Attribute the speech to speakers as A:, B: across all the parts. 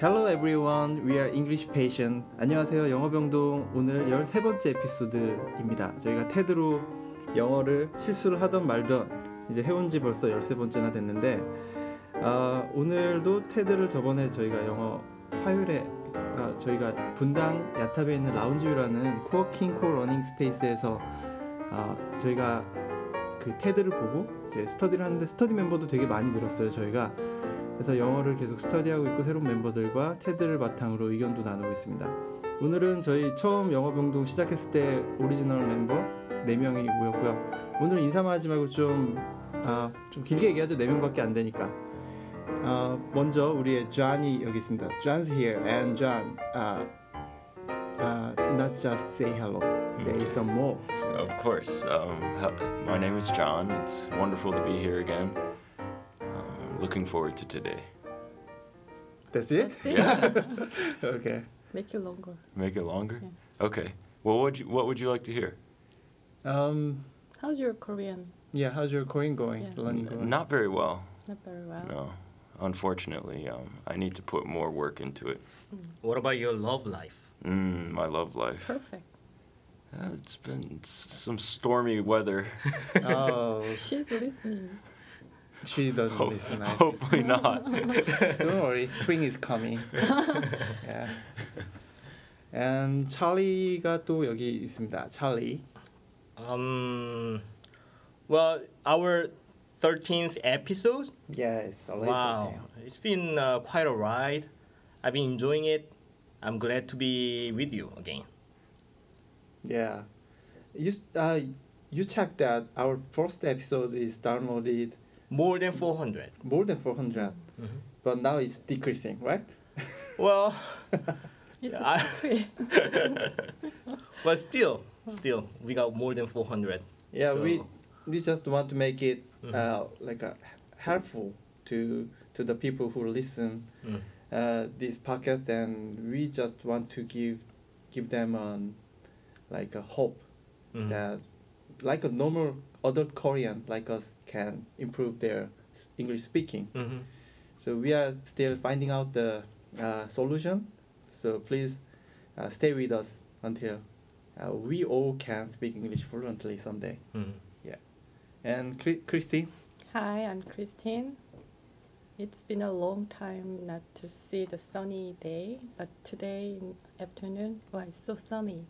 A: Hello everyone, we are English Patient. 안녕하세요, 영어병동 오늘 13번째 에피소드입니다. 저희가 테드로 영어를 실수를 하던 말던 이제 해온 지 벌써 13번째나 됐는데 아, 오늘도 테드를 저번에 저희가 영어 화요일에 아, 저희가 분당 야탑에 있는 라운지유라는 코워킹 코러닝 스페이스에서 아, 저희가 그 테드를 보고 이제 스터디를 하는데 스터디 멤버도 되게 많이 늘었어요 저희가 그래서 영어를 계속 스터디하고 있고 새로운 멤버들과 테드를 바탕으로 의견도 나누고 있습니다 오늘은 저희 처음 영어 병동 시작했을 때 오리지널 멤버 4명이 모였고요 오늘 인사만 하지 말고 좀, 아, 좀 길게 얘기하죠 4명밖에 안 되니까 아, 먼저 우리의 존이 여기 있습니다 John's here and John 아, 아, not just say hello say
B: Okay.
A: some more
B: Of course. Um, h- my name is John. It's wonderful to be here again. Um, looking forward to today.
A: That's it?
C: That's it.
A: Okay.
C: Make it longer.
B: Make it longer. Okay. Well, what you, what would you like to hear?
A: Um,
C: How's your Korean?
A: yeah, how's your Korean going?
C: Yeah.
A: Learning
B: N-
A: going?
B: Not very well.
C: Not very well.
B: No. Unfortunately, um, I need to put more work into it.
D: What about your love life?
B: Mm, my love life.
C: Perfect.
B: Uh, it's been s- some stormy weather.
A: Oh,
C: She's listening.
A: she doesn't
B: Hope-
A: listen. I think.
B: Hopefully not.
A: Don't worry, spring is coming. yeah. And Charlie가 또 여기 있습니다. Charlie.
D: Um, well, our 13th episode.
A: Yes, always.
D: Wow, it's been uh, quite a ride. I've been enjoying it. I'm glad to be with you again.
A: Yeah. You uh, you checked that our first episode is downloaded
D: More than 400.
A: more than 400, but now it's decreasing, right?
D: Well,
C: It's
D: Yeah, I-
C: a secret.
D: but still, still, we got more than 400.
A: Yeah, we
D: So-
A: we just want to make it uh,
D: Mhm.
A: like a helpful to to the people who listen
D: Mm.
A: uh, this podcast, and we just want to give give them um, like a hope
D: Mhm.
A: that like a normal adult Korean like us can improve their s- English speaking.
D: Mhm.
A: So we are still finding out the uh, solution. So please uh, stay with us until uh, we all can speak English fluently someday.
D: Mhm.
A: And Chri- Christine.
C: Hi, I'm Christine. It's been a long time not to see the sunny day, but today in afternoon, well, it's so sunny.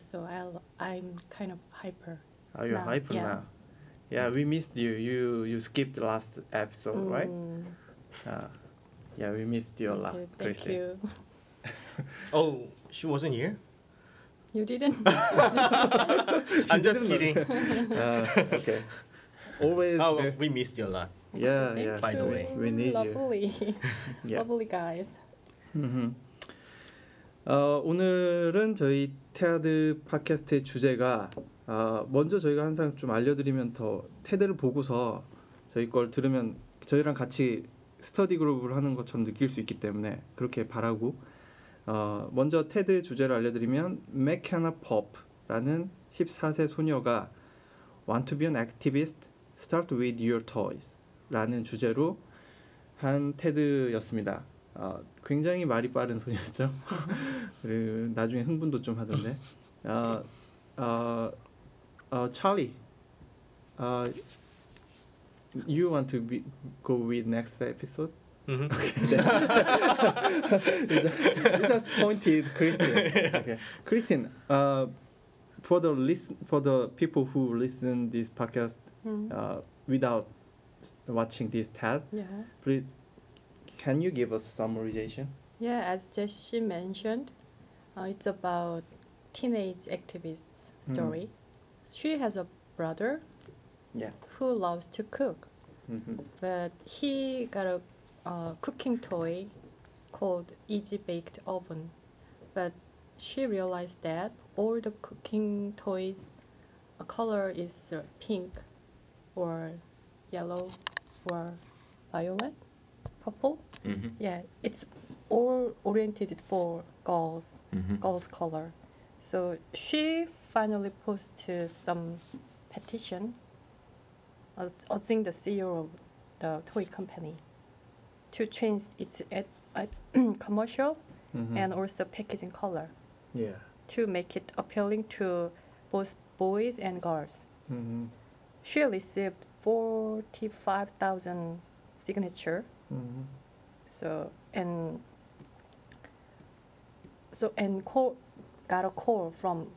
C: so I'll, I'm kind of hyper.
A: Are you
C: Now,
A: hyper
C: yeah.
A: now? Yeah, we missed you. You you skipped the last episode, right?
C: Mm,
A: Uh, yeah, we missed you a lot,
C: okay, thank
A: Christine.
C: you.
D: Oh, she wasn't here?
C: You didn't.
D: I'm just
A: didn't know.
D: kidding.
A: Uh, okay. Always.
D: Oh,
A: there-
D: we missed you a lot.
A: yeah,
C: Thank
A: yeah.
D: By the
C: you.
D: way.
A: we need you.
C: Lovely.
A: Yeah.
C: Lovely guys.
A: 음. 어, 오늘은 저희 테아드 팟캐스트의 주제가 아, 먼저 저희가 항상 좀 알려드리면 더 테드를 보고서 저희 걸 들으면 저희랑 같이 스터디 그룹을 하는 것처럼 느낄 수 있기 때문에 그렇게 바라고 어, 먼저 테드의 주제를 알려드리면 메카나 펍라는 14세 소녀가 Want to be an activist? Start with your toys 라는 주제로 한 테드였습니다. 아, 굉장히 말이 빠른 소녀죠. 그리고 나중에 흥분도 좀 하던데. 아, 아, 아, 찰리. 아, you want to be, go with next episode?
D: Mhm.
A: You just, you just pointed Christine. Okay. Christine, uh, for the listen, for the people who listen this podcast
C: Mm,
A: uh, without watching this tab,
C: yeah.
A: please, can you give us summarization?
C: Yeah, as Jesse mentioned, uh, it's about teenage activist's
A: Mm.
C: story. She has a brother
A: Yeah.
C: who loves to cook,
A: Mm-hmm.
C: but he got a uh, cooking toy called Easy Baked Oven. But she realized that all the cooking toys' uh, color is uh, pink, or yellow, or violet, purple.
B: Mm-hmm.
C: Yeah, it's all oriented for girls,
B: Mm-hmm.
C: girls' color. So she finally posted some petition E urg- urging the CEO of the toy company to change its ad- uh, commercial
A: Hmm.
C: and also packaging color
A: Mm-hmm. Yeah.
C: to make it appealing to both boys and girls.
A: Mhm.
C: She received 45,000 signature.
A: Mhm.
C: So and so and call got a call from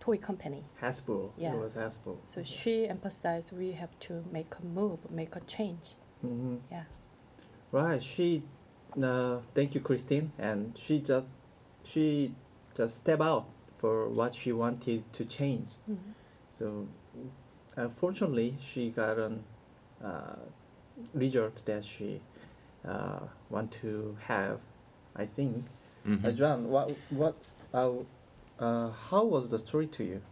C: toy company.
A: Hasbro.
C: Yeah.
A: It was Hasbro.
C: So she emphasized we have to make a move, make a change.
A: Mhm.
C: Yeah.
A: Right. She, uh, thank you, Christine. And she just, she just step out for what she wanted to change.
C: Mhm.
A: So, unfortunately, she got an uh, result that she uh, want to have. I think. Uh,
B: Mhm.
A: John, what what, uh, uh, how was the story to you?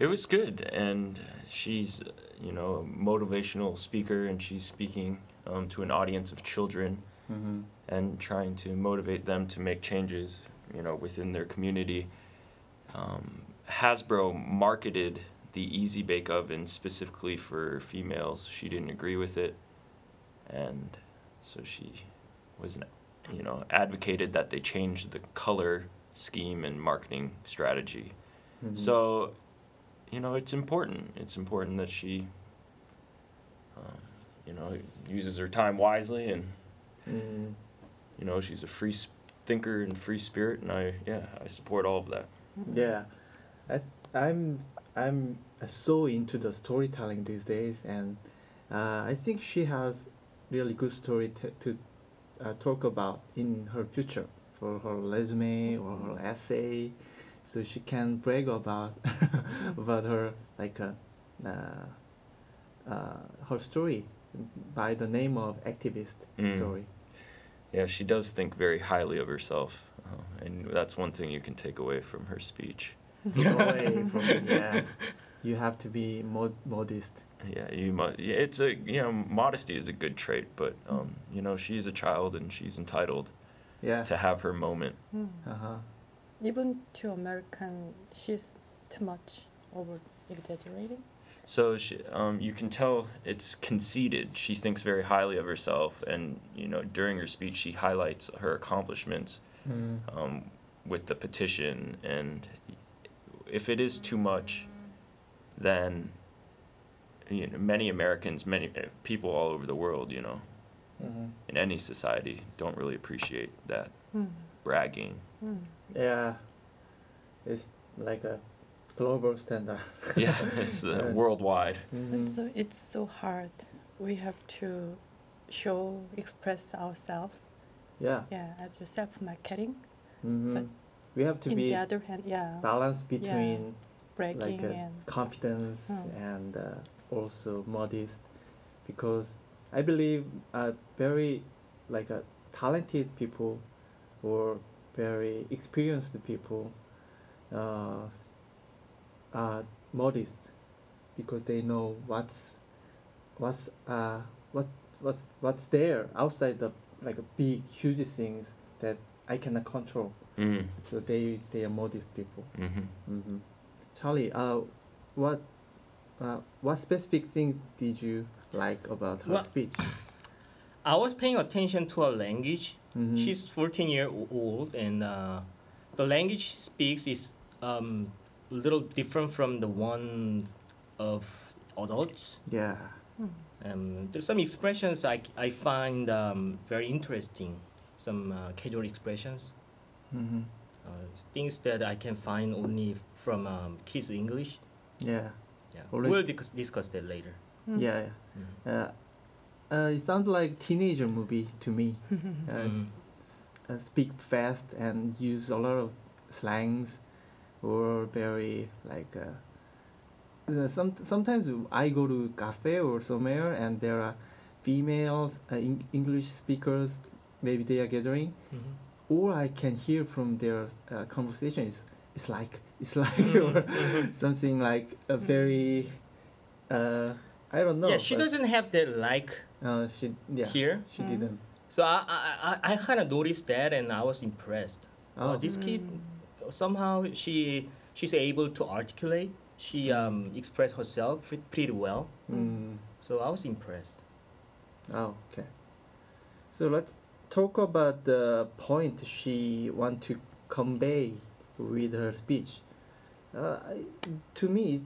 B: It was good, and she's, uh, you know, a motivational speaker, and she's speaking um, to an audience of children
A: Mm-hmm.
B: and trying to motivate them to make changes, you know, within their community. Um, Hasbro marketed the Easy Bake Oven specifically for females. She didn't agree with it, and so she was, you know, advocated that they change the color scheme and marketing strategy. Mm-hmm.
A: Mm-hmm.
B: So, you know, it's important. It's important that she, um, you know, uses her time wisely and
A: Mm.
B: you know she's a free s- thinker and free spirit and i yeah i support all of that
A: Yeah, I, I'm I'm so into the storytelling these days, and uh, I think she has really good story t- to uh, talk about in her future for her resume or her essay, so she can brag about about her like uh, uh, uh, her story by the name of activist
B: Mm.
A: story.
B: yeah she does think very highly of herself uh, and that's one thing you can take away from her speech
A: away from yeah. You have to be mod- modest.
B: yeah you must yeah, it's a you know modesty is a good trait but um you know she's a child and she's entitled
A: Yeah.
B: to have her moment
C: Mm.
A: Uh huh.
C: Even to American, she's too much over exaggerating.
B: so she, um, you can tell it's conceited she thinks very highly of herself and you know during her speech she highlights her accomplishments
A: Mm.
B: um, with the petition, and if it is too much, then you know, many Americans, many uh, people all over the world, you know,
A: Mhm.
B: in any society, don't really appreciate that
C: Mm.
B: bragging.
C: Mm.
A: Yeah, it's like a global standard.
B: Yeah, it's uh,
A: Yeah.
B: worldwide.
A: Mm.
C: And so it's so hard. We have to show, express ourselves.
A: Yeah,
C: Yeah, as a self-marketing.
A: mhm. we have to
C: In the
A: be
C: other hand, yeah,
A: balanced between
C: breaking
A: like a
C: and
A: confidence
C: Oh.
A: and uh, also modest, because I believe uh, very like uh, talented people or very experienced people uh, s- are modest because they know what's what's uh what what's what's there outside the like big huge things that I cannot control.
B: Mm.
A: So they they are modest people.
B: hmm
A: Mm-hmm. Charlie, uh, what uh, what specific things did you like about her
D: Well-
A: speech?
D: I was paying attention to her language.
A: Mhm.
D: She's 14 year old, and uh, the language she speaks is um, a little different from the one of adults.
A: yeah.
C: Mm-hmm.
D: Um, there's some expressions I, I find um, very interesting, some uh, casual expressions,
A: Mm-hmm.
D: uh, things that I can find only from um, kids English.
A: Yeah.
D: Yeah.
A: Alright.
D: We'll discuss, discuss that later.
C: Mm.
A: Yeah.
D: Mhm.
A: yeah. Uh, uh, it sounds like teenager movie to me. Uh,
D: Mm.
A: uh, speak fast and use a lot of slangs or very like uh, the- some, sometimes i go to cafe or somewhere and there are females uh, Eng- english speakers maybe they are gathering
D: Mhm.
A: or i can hear from their uh, conversation is it's like it's like or
D: Mhm.
A: something like a very uh, i don't know
D: Mm. yeah, she
A: but,
D: doesn't have that like
A: uh, she yeah
D: here.
A: she
C: Mm.
A: didn't
D: So I I, I, I kind of noticed that, and I was impressed.
A: oh
D: Uh, this kid somehow she she's able to articulate. She um, expressed herself pre- pretty well.
A: mm.
D: So I was impressed.
A: Oh, okay. So let's talk about the point she want to convey with her speech. Uh, I- to me,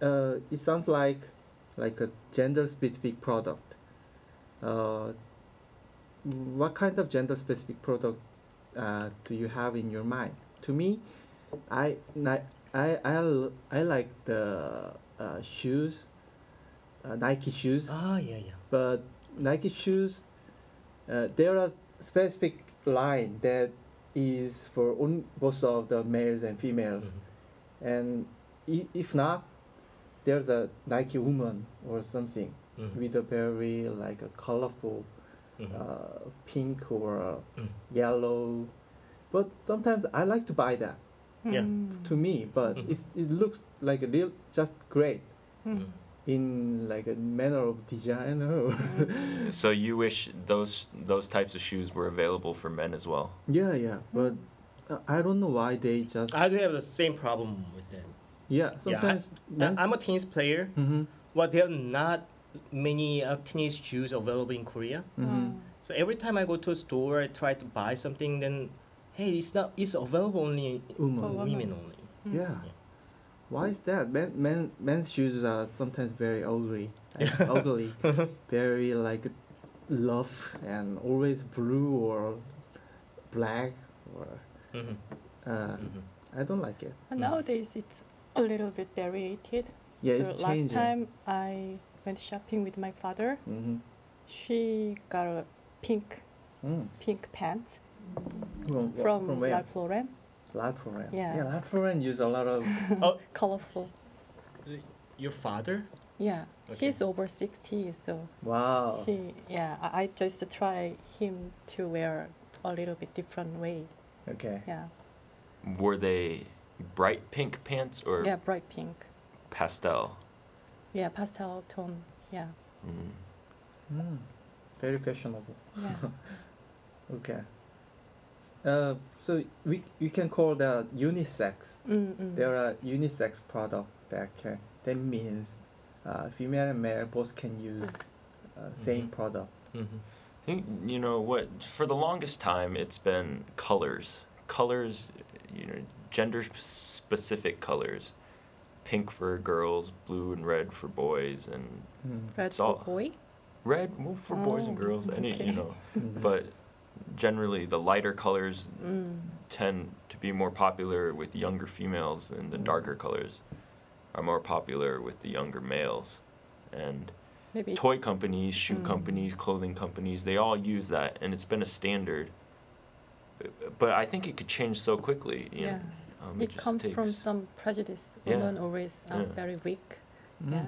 A: uh, it sounds like like a gender-specific product. Uh, what kind of gender-specific product uh, do you have in your mind? To me, I I I, I, l- I like the uh, shoes, uh, Nike shoes
D: Ah, yeah, yeah.
A: but Nike shoes, uh, there are specific line that is for on, both of the males and females,
D: Mhm.
A: and i- if not, there's a Nike woman or something
D: Mhm.
A: with a very like a colorful
D: Mhm.
A: uh, pink or
D: Mm.
A: yellow, but sometimes I like to buy that
D: Yeah.
C: Mm.
A: to me, but
D: Mhm.
A: it's, it looks like a real just great
D: Mm.
C: Mm.
A: in like a manner of Oh. designer. Or
D: Mm.
B: So you wish those those types of shoes were available for men as well.
A: Yeah, yeah, but uh, I don't know why they just
D: I do have the same problem with that.
A: yeah. Sometimes
D: I- I'm a tennis player.
A: mm-hmm,
D: Well, there are not many uh, tennis shoes available in Korea.
A: mm-hmm.
C: Oh.
D: So every time I go to a store, I try to buy something. Then, hey, it's not. It's available only
A: Woman.
D: for
C: For women.
D: women only.
C: Mm.
A: yeah. Why is that? Men, men, men's shoes are sometimes very ugly, and ugly,
D: Mm-hmm.
A: very like rough and always blue or black or
D: hmm
A: uh,
D: hmm
A: I don't like it.
C: And
D: Mm.
C: nowadays it's a little bit variated.
A: Yeah,
C: so
A: it's
C: last
A: changing.
C: time I went shopping with my father,
A: mm-hmm.
C: she got a pink
A: mm.
C: pink pants
A: From
C: from,
A: Mm. from where?
C: Ralph Lauren.
A: Ralph Lauren.
C: Yeah.
A: yeah. Ralph Lauren use a lot of
D: Oh,
C: Colorful.
D: your father?
C: Yeah.
D: Okay.
C: He's over 60, so
A: wow.
C: she yeah, I, I just try him to wear a little bit different way.
A: Okay.
C: Yeah.
B: Were they bright pink pants or
C: Yeah, bright pink.
B: pastel?
C: Yeah, pastel tone. Yeah.
B: Mm.
A: Mm. Very fashionable.
C: Yeah.
A: Okay. Uh, so we we can call that unisex.
C: mm mm.
A: There are unisex product that can that means uh, female and male both can use uh, same
D: Mhm.
A: product.
D: Mm-hmm.
B: I think you know what for the longest time it's been colors. Colors, you know, gender specific colors. Pink for girls, blue and red for boys and
A: Mm-hmm.
C: Red
B: it's
C: for
B: all-
C: boy.
B: red well, for boys and
C: Oh,
B: girls any
C: okay.
B: you know.
C: Mm-hmm.
A: Mm.
B: But generally the lighter colors
C: Mm.
B: tend to be more popular with younger females and the
A: Mm.
B: darker colors are more popular with the younger males and
C: Maybe it-
B: toy companies shoe
C: Mm.
B: companies clothing companies they all use that and it's been a standard Uh, but i think it could change so quickly you
C: Yeah.
B: know, um,
C: it
B: just
C: comes from
B: takes-
C: some prejudice.
B: Yeah.
C: Women always are
B: Yeah.
C: very weak.
A: Mm.
C: Yeah.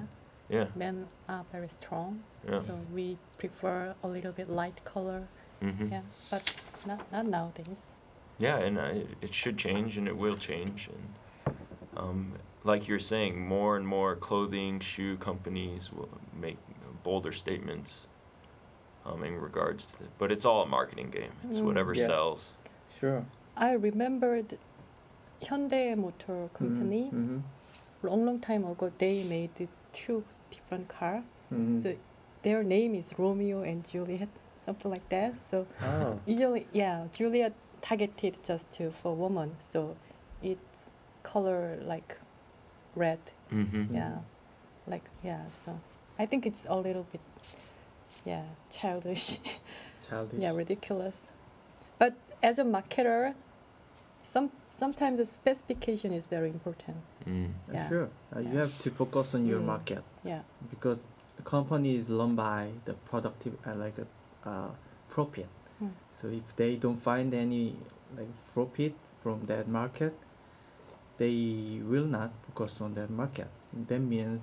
B: yeah
C: Men are very strong.
B: yeah
C: So we prefer a little bit light color.
B: hmm
C: Yeah. But not not nowadays.
B: Yeah, and I, it should change, and it will change, and um, like you're saying, more and more clothing, shoe companies will make bolder statements um, in regards to. But it's all a marketing game. It's
C: Mm.
B: whatever
A: Yeah.
B: sells.
A: Sure.
C: I remembered Hyundai Motor Company
A: Mm-hmm.
C: long long time ago they made the two different car.
A: Mm-hmm.
C: So their name is Romeo and Juliet, something like that. So
A: oh.
C: Usually, yeah, Juliet targeted just to for woman, so it's color like red,
B: Mm-hmm.
C: yeah, like yeah. So I think it's a little bit, yeah, childish,
A: Childish.
C: yeah, ridiculous. But as a marketer, some sometimes the specification is very important.
B: Mm.
A: Uh,
C: yeah.
A: Sure. Uh, You
C: Yeah.
A: have to focus on your
C: Mm.
A: market
C: Yeah,
A: because the company is run by the productive uh, like a uh, profit.
C: Mm.
A: So if they don't find any like profit from that market, they will not focus on that market. That means,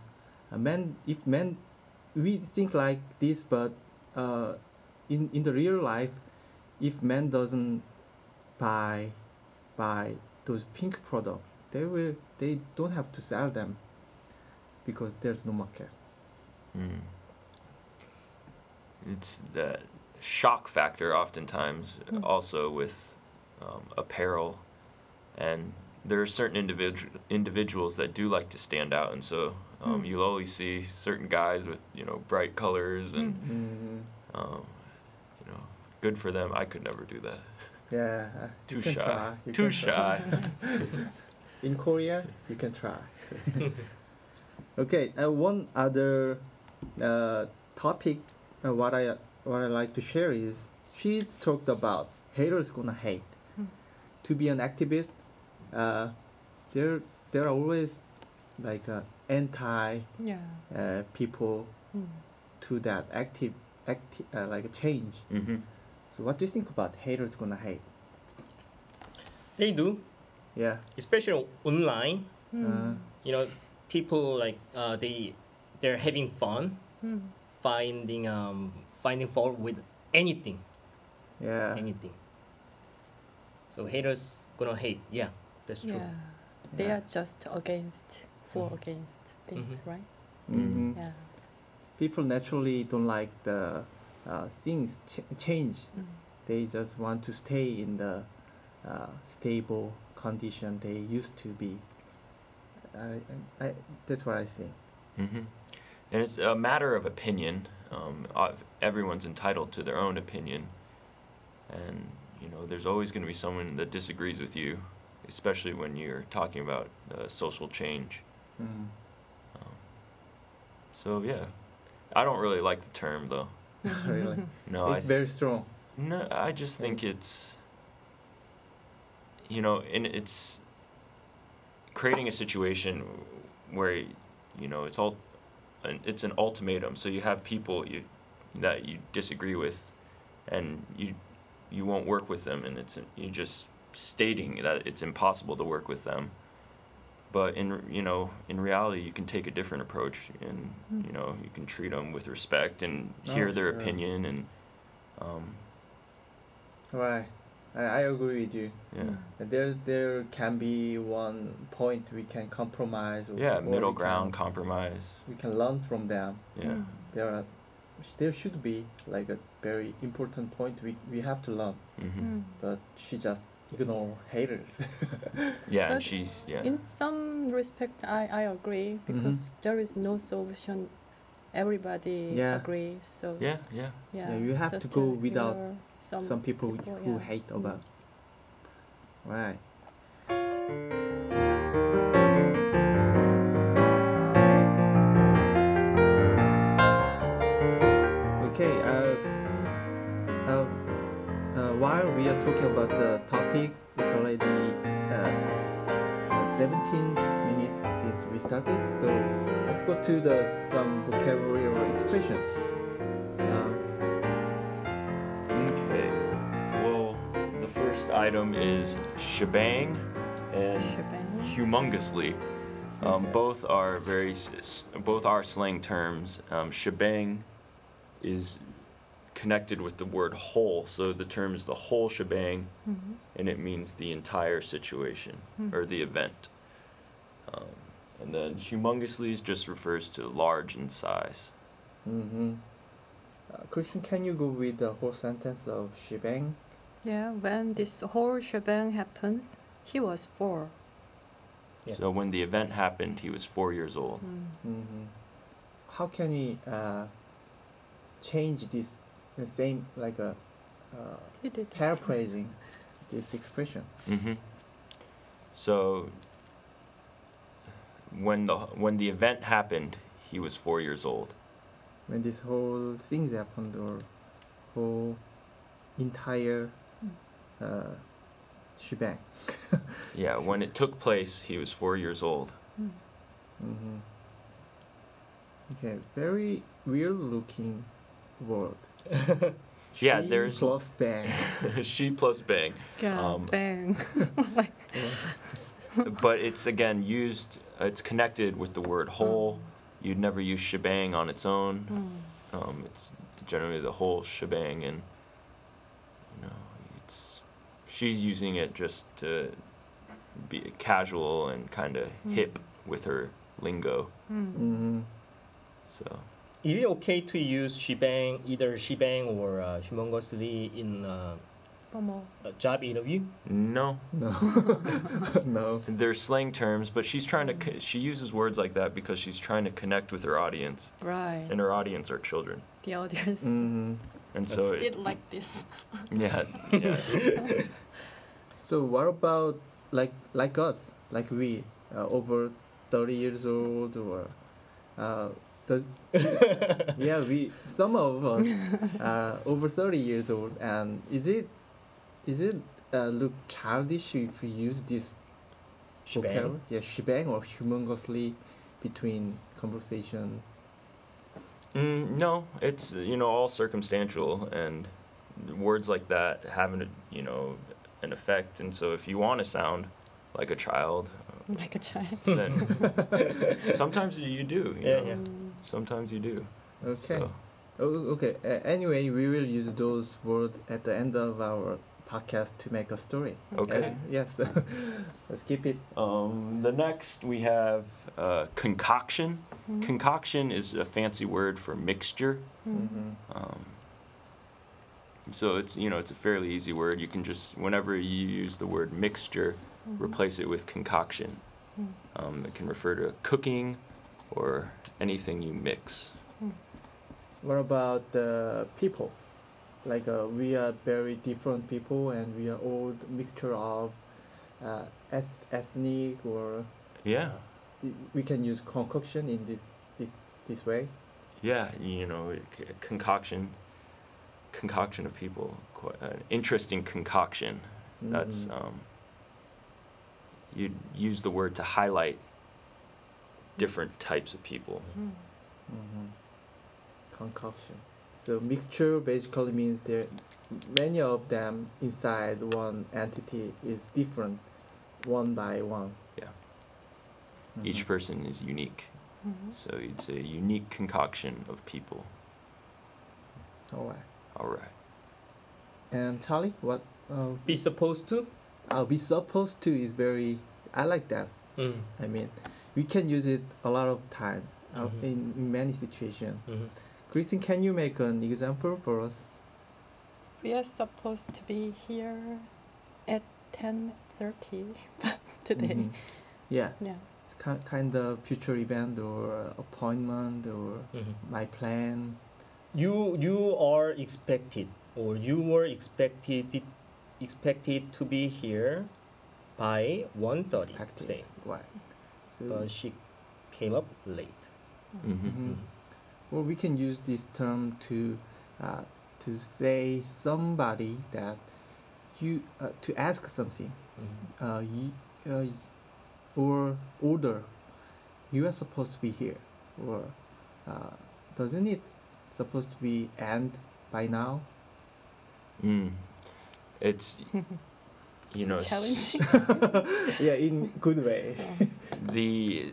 A: uh, men if men, we think like this, but uh, in in the real life, if men doesn't buy buy those pink product, they will they don't have to sell them because there's no market.
B: Mm. It's the shock factor, oftentimes,
C: Mm.
B: also with um, apparel. And there are certain individu- individuals that do like to stand out. And so um,
C: Mm.
B: you'll always see certain guys with, you know, bright colors and,
A: Mm.
B: um, you know, good for them. I could never do that.
A: Yeah.
B: Too
A: you can
B: shy.
A: try. You
B: Too
A: can try.
B: shy.
A: In Korea, you can try. okay, uh, one other uh, topic uh, what I what I like to share is she talked about haters gonna hate.
C: Hmm.
A: To be an activist, uh, there there are always like uh, anti
C: Yeah. Hmm.
A: uh, people to that active acti- uh, like a change.
B: hmm
A: So what do you think about haters gonna hate?
D: They do,
A: Yeah.
D: especially online.
C: Hmm.
D: You know, people like uh, they they're having fun
C: Hmm.
D: finding um finding fault with anything,
A: Uh, yeah.
D: anything. So haters gonna hate. Yeah, that's true.
C: Yeah. They
A: Yeah.
C: are just against for
D: Mhm.
C: against things,
D: Mhm.
C: right?
A: Mhm.
C: Yeah.
A: people naturally don't like the uh, things ch- change.
C: Mm.
A: They just want to stay in the uh, stable condition they used to be. I, I, I, that's what I think.
B: hmm And it's a matter of opinion. Um, of- everyone's entitled to their own opinion. And, you know, there's always going to be someone that disagrees with you, especially when you're talking about uh, social change.
A: Mm.
B: Um, so, yeah. I don't really like the term, though.
C: Hmm.
A: really,
B: No, Oh, I
A: it's very strong.
B: No, I just think it's you know, and it's creating a situation where you know it's all an- it's an ultimatum. So you have people you that you disagree with, and you you won't work with them, and it's you just stating that it's impossible to work with them. But in you know in reality, you can take a different approach, and you know you can treat them with respect and
A: Hmm. Oh,
B: hear their
A: sure.
B: opinion and. Um,
A: Right, I, I agree with you.
B: yeah.
C: Hmm.
A: There, there can be one point we can compromise. Or,
B: Yeah,
A: or
B: middle
A: we
B: ground
A: Can,
B: compromise.
A: we can learn from them.
B: Yeah.
C: Mm.
A: There are, there should be like a very important point we, we have to learn.
C: Mm.
B: hmm
A: but she just ignore haters.
B: Yeah,
C: But
B: and she's yeah. Mm-hmm.
C: In some respect, I, I agree because there is no solution. Everybody
A: Yeah.
C: agrees. So
B: yeah, yeah.
C: yeah,
A: Yeah, you have
C: just uh,
A: to go without
C: ignore some.
A: Some people who-
C: people,
A: who
C: yeah.
A: hate
C: Mm.
A: about. Right. Okay. Uh, uh, uh, while we are talking about the topic, it's already uh, 17 minutes since we started. So let's go to the some vocabulary or expression. Uh,
B: Okay. Well, the first item is shebang and
C: Shebang.
B: humongously. Um,
A: Okay.
B: both are very s- s- both are slang terms. Um, shebang is connected with the word whole, so the term is the whole shebang,
C: Mhm.
B: and it means the entire situation
C: Hmm.
B: or the event. Um, and then humongously is just refers to large in size.
A: Mm-hmm. Uh, Kristen, can you go with the whole sentence of shebang?
C: Yeah, when this whole shebang happens, he was four.
D: Yeah.
B: So when the event happened, he was four years old.
C: Mm.
A: Mm-hmm. How can we uh, change this the same like a uh,
C: He did.
A: paraphrasing this expression?
B: hmm So when the when the event happened, he was four years old.
A: When this whole thing happened or whole entire uh, shebang.
B: Yeah, when it took place, he was four years old.
C: Mm.
A: Mm-hmm. Okay, very weird looking word.
B: Yeah,
A: She
B: there's-
A: plus bang.
B: she plus bang,
C: Yeah,
B: Um,
C: bang.
B: but it's again used. It's connected with the word whole. You'd never use shebang on its own.
C: oh. Mm.
B: Um, it's generally the whole shebang, and you know, it's she's using it just to be casual and kind of
E: Hmm.
B: hip with her lingo.
C: Mm.
A: Mm-hmm.
B: So
D: Is it okay to use shebang, either shebang or uh, humongously in uh,
C: Promo.
D: a job interview?
B: no,
A: No, no.
B: they're slang terms, but she's trying to
E: Hmm.
B: co- she uses words like that because she's trying to connect with her audience,
C: Right.
B: and her audience are children.
C: The audience.
A: Mm-hmm.
B: and so it,
E: sit like this.
B: yeah, yeah.
A: So what about like like us, like we, uh, over thirty years old, or uh, does yeah we some of us are over thirty years old, and is it is it uh, look childish if we use this vocab?
D: Shebang.
A: Yeah, shebang or humongously between conversation.
B: Mm, no, it's you know all circumstantial and words like that have an you know an effect. And so if you want to sound like a child,
E: like a child.
B: then sometimes you, you do. You
D: Yeah,
B: know?
D: yeah.
B: Sometimes you do.
A: Okay.
B: So,
A: Oh, okay. Uh, anyway, we will use those words at the end of our podcast to make a story.
B: okay.
A: Uh, yes. Let's keep it.
B: Um, the next we have uh, concoction.
C: Mm-hmm.
B: Concoction is a fancy word for mixture.
A: Mm-hmm.
B: Um, so it's you know it's a fairly easy word. You can just whenever you use the word mixture, replace it with concoction.
E: Mm.
B: Um, it can refer to cooking or anything you mix.
A: What about the people? Like uh, we are very different people, and we are all mixture of uh, eth- ethnic, or
B: Yeah,
A: we- we can use concoction in this this this way.
B: yeah. You know, it c- concoction, concoction of people. Quite an interesting concoction. That's
A: Mhm.
B: um, you'd use the word to highlight different types of people.
C: Mm-hmm.
A: Mhm. concoction. So mixture basically means there many of them inside one entity is different, one by one.
B: Yeah. Each
A: Mhm.
B: person is unique. So it's a unique concoction of people.
A: All right.
B: All right.
A: And Charlie, what? Uh,
D: Be supposed to?
A: I'll be supposed to is very. I like that.
D: Mm.
A: I mean, we can use it a lot of times uh,
D: Mhm.
A: in, in many situations.
D: hmm
A: Kristen, can you make an example for us?
C: We are supposed to be here at 10:30 today.
A: Mhm.
B: Mm-hmm.
A: Yeah,
C: Yeah.
A: it's ki- kind of future event or appointment or
D: hmm
A: my plan.
D: You you are expected or you were expected expected to be here by 1.30
A: Expected.
D: today.
A: Why? So,
D: But she came up late.
B: Mm-hmm.
A: mhm. Or we can use this term to uh, to say somebody that you uh, to ask something.
D: Mhm.
A: uh, y- uh, y- or order you are supposed to be here or uh, doesn't it supposed to be end by now
B: Mm. It's
C: Mm-hmm.
B: you know it's,
E: challenging.
A: yeah in good way
B: the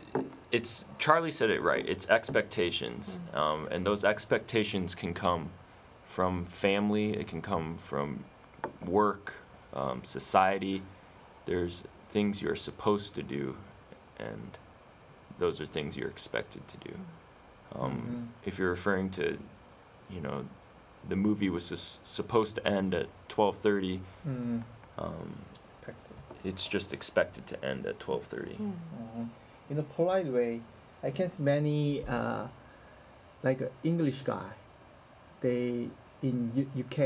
B: it's Charlie said it right. It's expectations, um, and those expectations can come from family. It can come from work, um, society. There's things you're supposed to do, and those are things you're expected to do. Um,
A: Mm-hmm.
B: if you're referring to, you know, the movie was sus- supposed to end at 12:30,
A: Mhm. Mm.
B: um, it's just expected to end at
C: Mm-hmm.
B: 12:30.
A: Mhm. in a polite way i can see many uh, like uh, english guy they in U- uk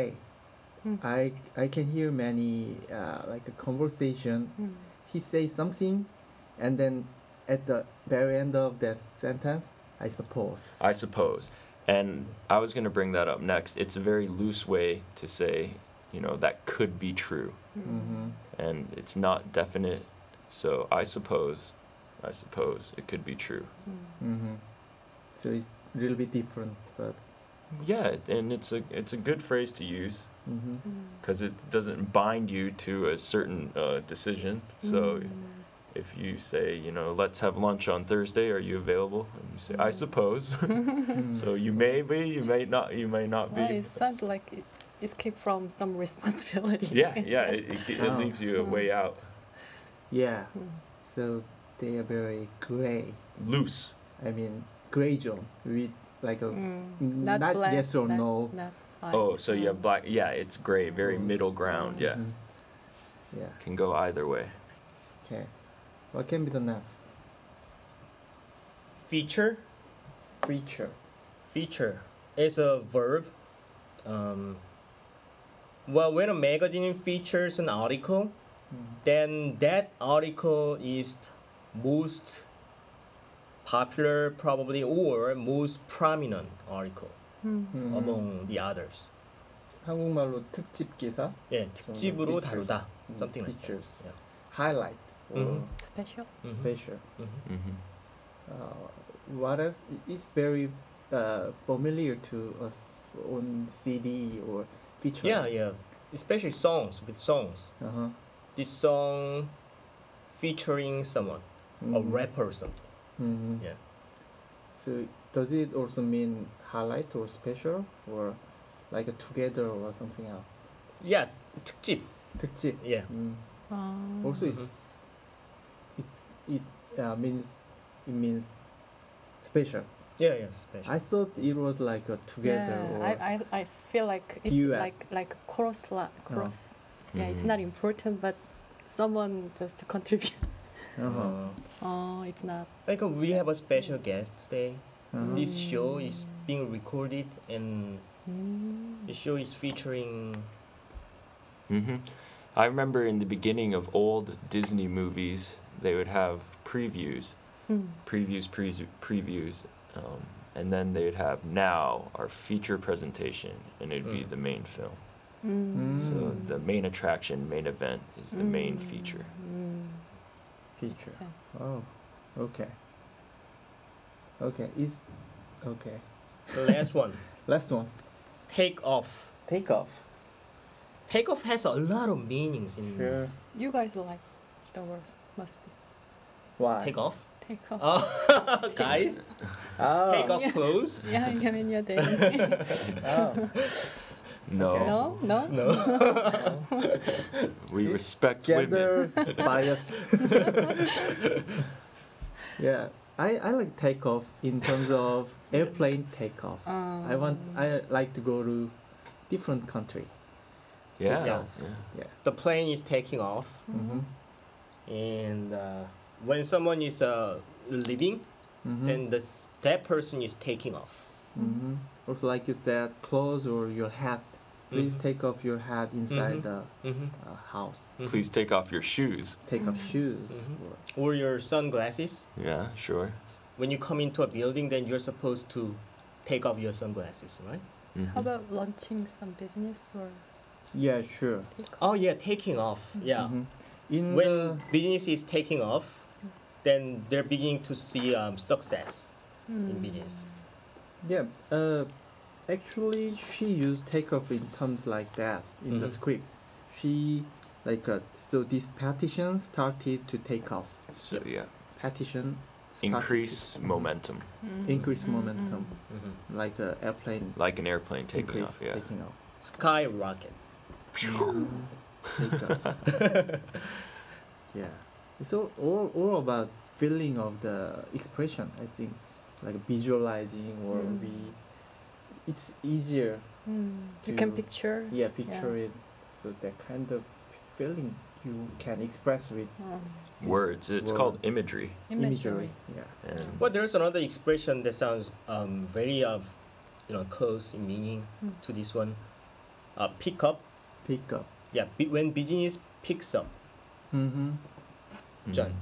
A: i i can hear many uh, like a conversation he says something and then at the very end of that sentence i suppose
B: I suppose. And I was going to bring that up next. It's a very loose way to say, you know, that could be true.
A: mm-hmm.
B: And it's not definite. So I suppose, I suppose it could be true.
A: Mm-hmm. so it's a little bit different but
B: Yeah, and it's a it's a good phrase to use
A: mm-hmm.
B: because it doesn't bind you to a certain uh, decision. So
C: Mm-hmm.
B: if you say, you know, let's have lunch on Thursday, are you available? And you say, I suppose.
A: Mm-hmm.
B: so you may be, you may not, you may not be.
C: Mm-hmm. Well, it sounds like it escape from some responsibility.
B: yeah, yeah, it, it, it
A: Oh.
B: leaves you a way out.
A: yeah
C: Mm.
A: so they are very gray
B: Loose.
A: i mean gray zone with like a
C: Mm.
A: n-
C: Not,
A: Uh, not
C: black,
A: yes or
C: not-
A: no
C: Not white.
B: Oh, so you have
C: Mm.
B: black. Yeah, it's gray, very middle ground.
C: Mm-hmm.
B: Yeah,
A: Mhm. yeah
B: can go either way.
A: okay what can be the next
D: Feature?
A: feature
D: Feature is a verb um, well, when a magazine features an article, then that article is most popular, probably, or most prominent article
C: Mm-hmm.
A: 음,
D: among the others.
A: Mm-hmm. 한국말로 특집 기사,
D: 예, 특집으로
A: features.
D: 다루다.
A: 음,
D: Something like that.
A: features, highlight, or
B: Mm-hmm.
D: 음.
C: special.
D: 음.
A: special.
D: Mm-hmm.
A: Mm-hmm.
B: hmm
A: Uh, what else? It's very uh, familiar to us on CD or feature.
D: Yeah, yeah. Especially songs with songs.
A: Uh-huh.
D: This song featuring someone, a
A: Mm.
D: rapper or something.
A: Mm.
D: Yeah.
A: So does it also mean highlight or special or like a together or something else?
D: Yeah, 특집.
A: 특집.
D: Yeah.
A: Mm.
C: 아,
A: Also, it's
D: Mm-hmm.
A: it it's, uh, means it means special.
D: Yeah, yeah, special.
A: I thought it was like a together
C: yeah,
A: or
C: I, I, I feel like it's
A: Duet. Oh.
C: like like cross la, cross. Yeah, it's
B: Mm-hmm.
C: not important, but someone just to contribute.
A: Uh-huh.
D: Uh,
C: oh, it's not.
D: like uh, we have a special guest today.
A: Uh-huh.
D: Mm. This show is being recorded and
C: Mm.
D: the show is featuring
B: hmm I remember in the beginning of old Disney movies, they would have previews,
C: Mm.
B: previews, previews, previews, um, and then they'd have now our feature presentation, and it'd be
D: Mm.
B: the main film.
C: Mm.
B: So
A: Mm.
B: the main attraction, main event is the main
C: Mm.
B: feature.
C: Mm.
A: feature.
C: Sense.
A: Oh, okay. Okay, is okay.
D: the last one,
A: Last one.
D: Take Off.
A: Take off.
D: Take Off has a lot of meanings in
A: Sure.
C: You guys like the words must be
A: Why?
D: Take Off.
C: take off.
D: Oh, guys,
A: Oh.
D: take off
C: Yeah.
D: clothes.
C: Yeah, yeah, when you're dating.
A: Oh.
B: No,
A: Okay.
C: no, no.
D: No.
B: we
A: It's
B: respect women.
A: Gender biased. yeah, I, I like takeoff in terms of airplane takeoff. I
C: Oh.
A: want I like to go to different country.
B: Yeah, yeah.
D: off. the plane is taking off,
C: Um,
A: Mm-hmm.
D: and uh, when someone is uh, leaving,
A: Mm-hmm.
D: then the, s- that person is taking off.
A: mm-hmm. Also, like you said, clothes or your hat. Please
D: Mhm.
A: take off your hat inside
D: Mhm.
A: the
D: Mhm,
A: uh, house.
D: mhm.
B: Please take off your shoes.
A: Take off shoes.
D: Mhm.
A: Or,
D: Or your sunglasses.
B: Yeah, sure.
D: When you come into a building, then you're supposed to take off your sunglasses, right?
B: Mhm.
C: How about launching some business or
A: yeah, sure.
C: take off?
D: Oh yeah, taking off. Yeah.
A: Mhm. In
D: When
A: the,
D: business is taking off, then they're beginning to see um, success in
C: Mm.
D: business.
A: Yeah, uh, actually, she used takeoff in terms like that in the
D: Mhm.
A: script. She like uh, so these partition started to take off.
B: So yeah,
A: Partition started
B: increase momentum
C: Mm.
A: Increase
C: Mm,
A: momentum.
C: mm.
D: Mhm.
A: to- like an airplane
B: like an airplane taking
A: increase,
B: off. Yeah.
A: taking off.
D: Skyrocket.
A: Takeoff. yeah, it's all, all all about feeling of the expression. I think like visualizing or
C: Mm.
A: we, it's easier.
C: Mm. You can
A: To-
C: picture.
A: Yeah, picture it. So that kind of feeling you can express with
C: um,
B: Words. It's called
A: Word.
B: imagery.
C: imagery.
A: Yeah.
B: And
D: Well, there's another expression that sounds um, very uh, you know close in meaning
C: Mm.
D: to this one. Uh, pick up.
A: Pick up.
D: Yeah, b- when business picks up,
A: Mm-hmm.
B: Mhm.
D: John.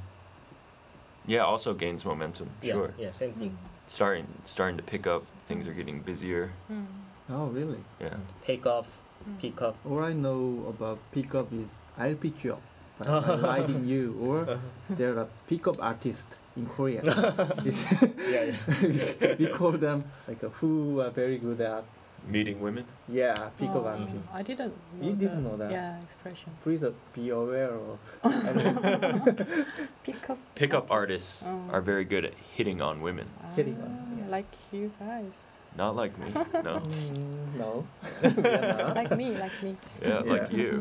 B: Yeah, also gains momentum.
D: Yeah,
B: Sure.
D: yeah, same thing.
B: Starting starting to pick up. Things are getting busier.
C: Mm.
A: Oh, really?
B: Yeah.
D: Take off,
C: Mm.
D: pick up.
A: All I know about pickup is I'll pick you up by by riding you, or there are pickup artists in Korea. It's-
D: Yeah, yeah.
A: we call them like a, who are very good at
B: Meeting women.
A: yeah pickup
C: Oh,
A: artists.
C: I didn't. Know
A: You didn't
C: the-
A: know that?
C: Yeah, expression.
A: Please uh, be aware of. I mean,
C: Pick up.
B: Pickup artists
C: Oh.
B: are very good at hitting on women.
A: Hitting on,
C: Ah,
A: yeah.
C: Like you guys.
B: Not like me. No.
A: mm, no. We are not.
C: like me, like me.
B: Yeah, like
A: Yeah.
B: you.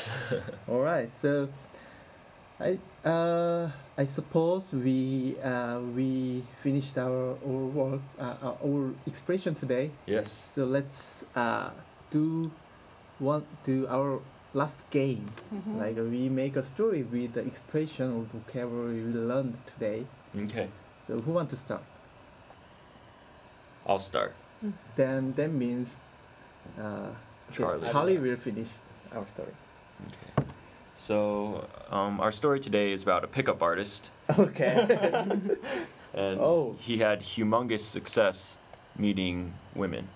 A: All right, so I uh, I suppose we uh, we finished our our work uh, uh, our expression today.
B: Yes.
A: So let's uh, do one do our last game.
C: Mhm.
A: Like we make a story with the expression or vocabulary we learned today.
B: Okay.
A: So who want to start?
B: I'll start.
A: Then that means Uh,
B: Charlie.
A: Charlie. Charlie will finish our story.
B: Okay. So um, our story today is about a pickup artist,
A: Okay.
B: and
A: Oh.
B: he had humongous success meeting women.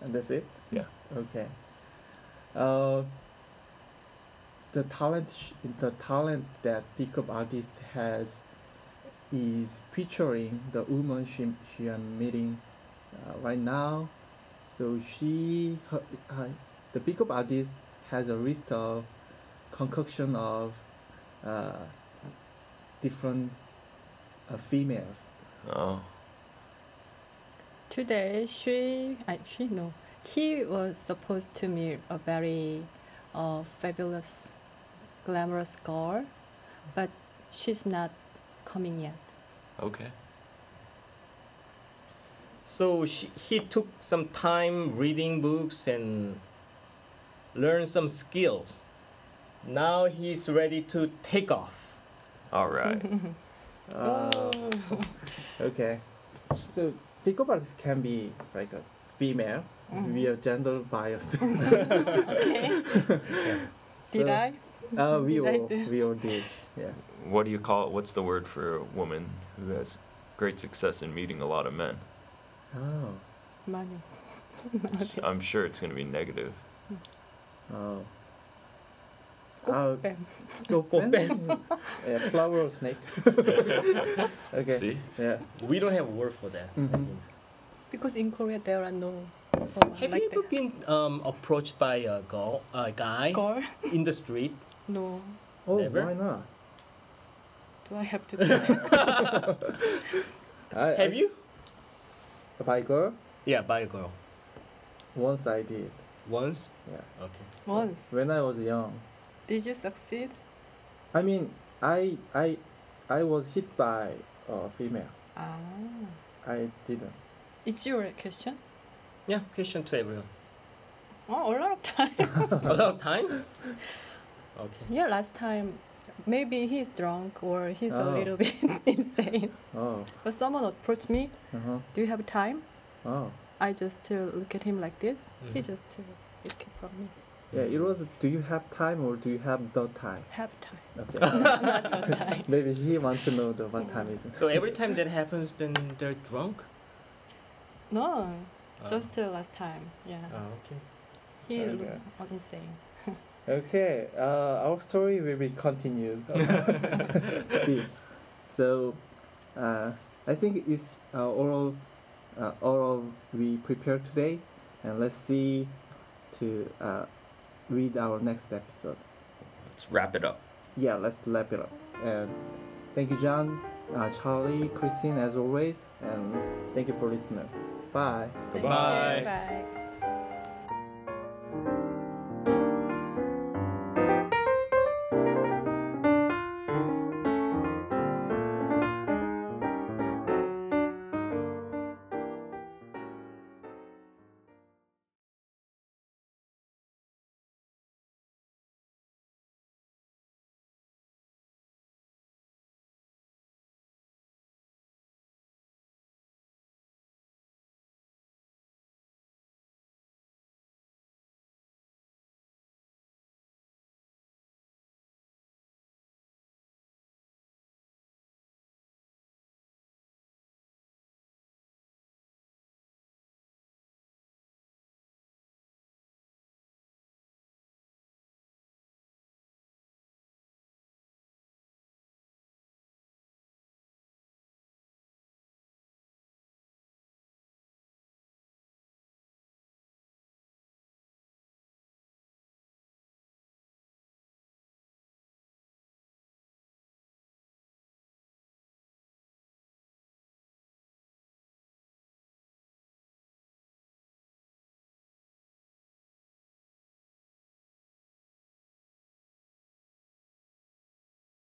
A: and that's it?
B: Yeah.
A: Okay. Uh, the talent sh- the talent that pickup artist has is featuring the woman she, she am meeting uh, right now. So she her, uh, the pickup artist has a list of concoction of uh, different uh, females.
B: Oh,
C: Today, she, I, she no, he was supposed to meet a very uh, fabulous, glamorous girl, but she's not coming yet.
B: okay.
D: So she, he took some time reading books and learned some skills. Now he's ready to take off.
B: All right.
A: Uh,
C: Oh.
A: Okay. So pickup artists can be like a female.
C: Mm-hmm. Mm.
A: We are gender biased.
C: okay.
A: So,
C: Did I?
A: Uh, we
C: Did I
A: all
C: do-
A: we all did. Yeah.
B: What do you call? What's the word for a woman who has great success in meeting a lot of men?
A: Oh.
C: Money.
B: I'm sure it's going to be negative.
A: Oh.
C: Open.
A: Open. yeah, flower or snake. okay.
B: See,
A: Yeah.
D: We don't have a word for that. I
A: Mhm.
D: think.
C: Because in Korea there are no. oh,
D: Have
C: like
D: you ever been um, approached by a girl, a guy
C: girl?
D: in the street?
C: No.
A: Oh,
D: Never?
A: why not?
C: Do I have to? do that?
A: Uh, I,
D: Have you?
A: I, by girl?
D: Yeah, by a girl.
A: Once I did.
D: Once?
A: Yeah.
D: Okay.
C: Once.
A: When I was young.
C: Did you succeed?
A: I mean, I I I was hit by a female.
C: Ah.
A: I didn't.
C: It's your question.
D: Yeah, question to everyone.
C: Oh, a lot of time.
D: a lot of times? Okay.
C: yeah, last time, maybe he's drunk or he's a
A: Oh.
C: little bit insane.
A: Oh.
C: But someone approached me.
A: Uh huh.
C: Do you have time?
A: Oh.
C: I just uh, look at him like this.
A: Mm-hmm.
C: He
D: Mhm.
C: just uh, escaped from me.
A: Yeah, it was do you have time or do you have the time?
C: Have time.
A: Okay.
C: Not got time.
A: Maybe he wants to know the what time is it.
D: So every time that happens, then they're drunk?
C: No,
D: Uh,
C: just uh, last time. Yeah.
D: Oh, okay.
C: he
A: okay.
C: looked uh, insane.
A: Okay, uh, our story will be continued. this, so uh, I think it's uh, all of uh, all of we prepared today, and let's see to uh, read our next episode.
B: let's wrap it up.
A: Yeah, let's wrap it up. And thank you, John, uh, Charlie, Christine, as always, and thank you for listening. Bye.
C: Thank you.
D: Goodbye.
C: Bye.